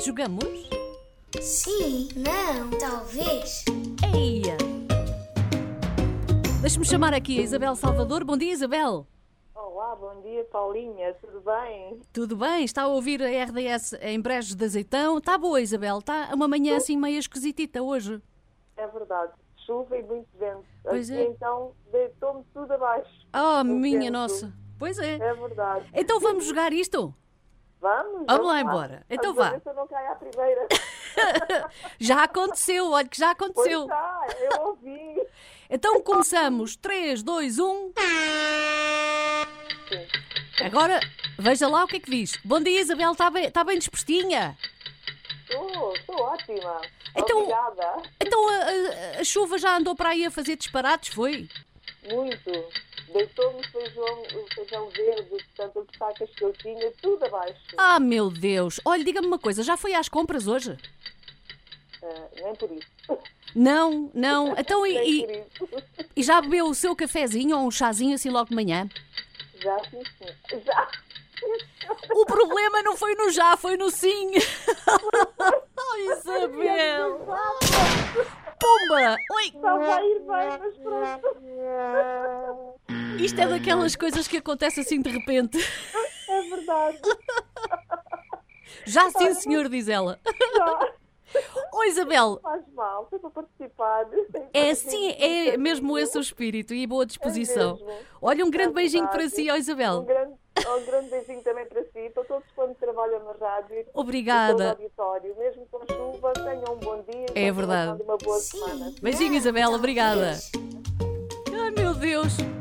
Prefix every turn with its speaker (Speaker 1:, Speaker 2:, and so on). Speaker 1: Jogamos?
Speaker 2: Sim, não, talvez.
Speaker 1: Eia! Deixa-me chamar aqui a Isabel Salvador. Bom dia, Isabel.
Speaker 3: Olá, bom dia Paulinha, tudo bem?
Speaker 1: Tudo bem? Está a ouvir a RDS em Brejos de Azeitão? Está boa, Isabel. Está uma manhã assim meio esquisitita hoje.
Speaker 3: É verdade, chuva e muito vento.
Speaker 1: Pois
Speaker 3: Aqui,
Speaker 1: é.
Speaker 3: Então deitou-me tudo abaixo.
Speaker 1: Oh,
Speaker 3: O
Speaker 1: minha
Speaker 3: vento.
Speaker 1: nossa. Pois é.
Speaker 3: É verdade.
Speaker 1: Então vamos jogar isto?
Speaker 3: Vamos?
Speaker 1: Vamos lá embora. Então
Speaker 3: Vamos
Speaker 1: vá.
Speaker 3: ver se eu não caio à primeira.
Speaker 1: Já aconteceu, olha que já
Speaker 3: Pois tá.
Speaker 1: aconteceu.
Speaker 3: está, eu ouvi.
Speaker 1: Então começamos. um. 3, 2, 1. Agora veja lá o que é que diz. Bom dia, Isabel. Está bem, está bem dispostinha?
Speaker 3: Estou, estou ótima.
Speaker 1: Então-
Speaker 3: Obrigada.
Speaker 1: Então a, a- a chuva já andou para aí a fazer disparates, foi?
Speaker 3: Muito. Deitou-me feijão, o feijão verde, portanto, as sacas que eu tinha, tudo abaixo.
Speaker 1: Ah, meu Deus. Olha, diga-me uma coisa. Já foi às compras hoje?
Speaker 3: Ah, nem por isso.
Speaker 1: Não, não. Então
Speaker 3: nem
Speaker 1: e,
Speaker 3: por
Speaker 1: e-
Speaker 3: isso.
Speaker 1: e já bebeu o seu cafezinho ou um chazinho assim logo de manhã?
Speaker 3: Já sim, sim. Já.
Speaker 1: O problema não foi no já, foi no sim. Oh, Isabel. Pumba. Oi.
Speaker 3: Só vai ir bem, mas pronto.
Speaker 1: Isto é daquelas coisas que acontecem assim de repente.
Speaker 3: É verdade.
Speaker 1: Já sim, senhor, diz ela.
Speaker 3: Não
Speaker 1: Oh, Isabel,
Speaker 3: faz mal, foi para participar. Um
Speaker 1: é assim, é mesmo esse o espírito e boa disposição. Olha, um grande beijinho para si, ó
Speaker 3: Um
Speaker 1: Isabel.
Speaker 3: grande, um grande beijinho também para si, para todos quando trabalham na rádio e
Speaker 1: Obrigada.
Speaker 3: para todo o auditório. Mesmo com chuva, tenham um bom dia. e
Speaker 1: É verdade.
Speaker 3: Uma boa
Speaker 2: Sim.
Speaker 3: semana.
Speaker 1: Beijinho,
Speaker 2: não,
Speaker 1: Isabel, obrigada.
Speaker 2: talvez.
Speaker 1: Ai, meu Deus.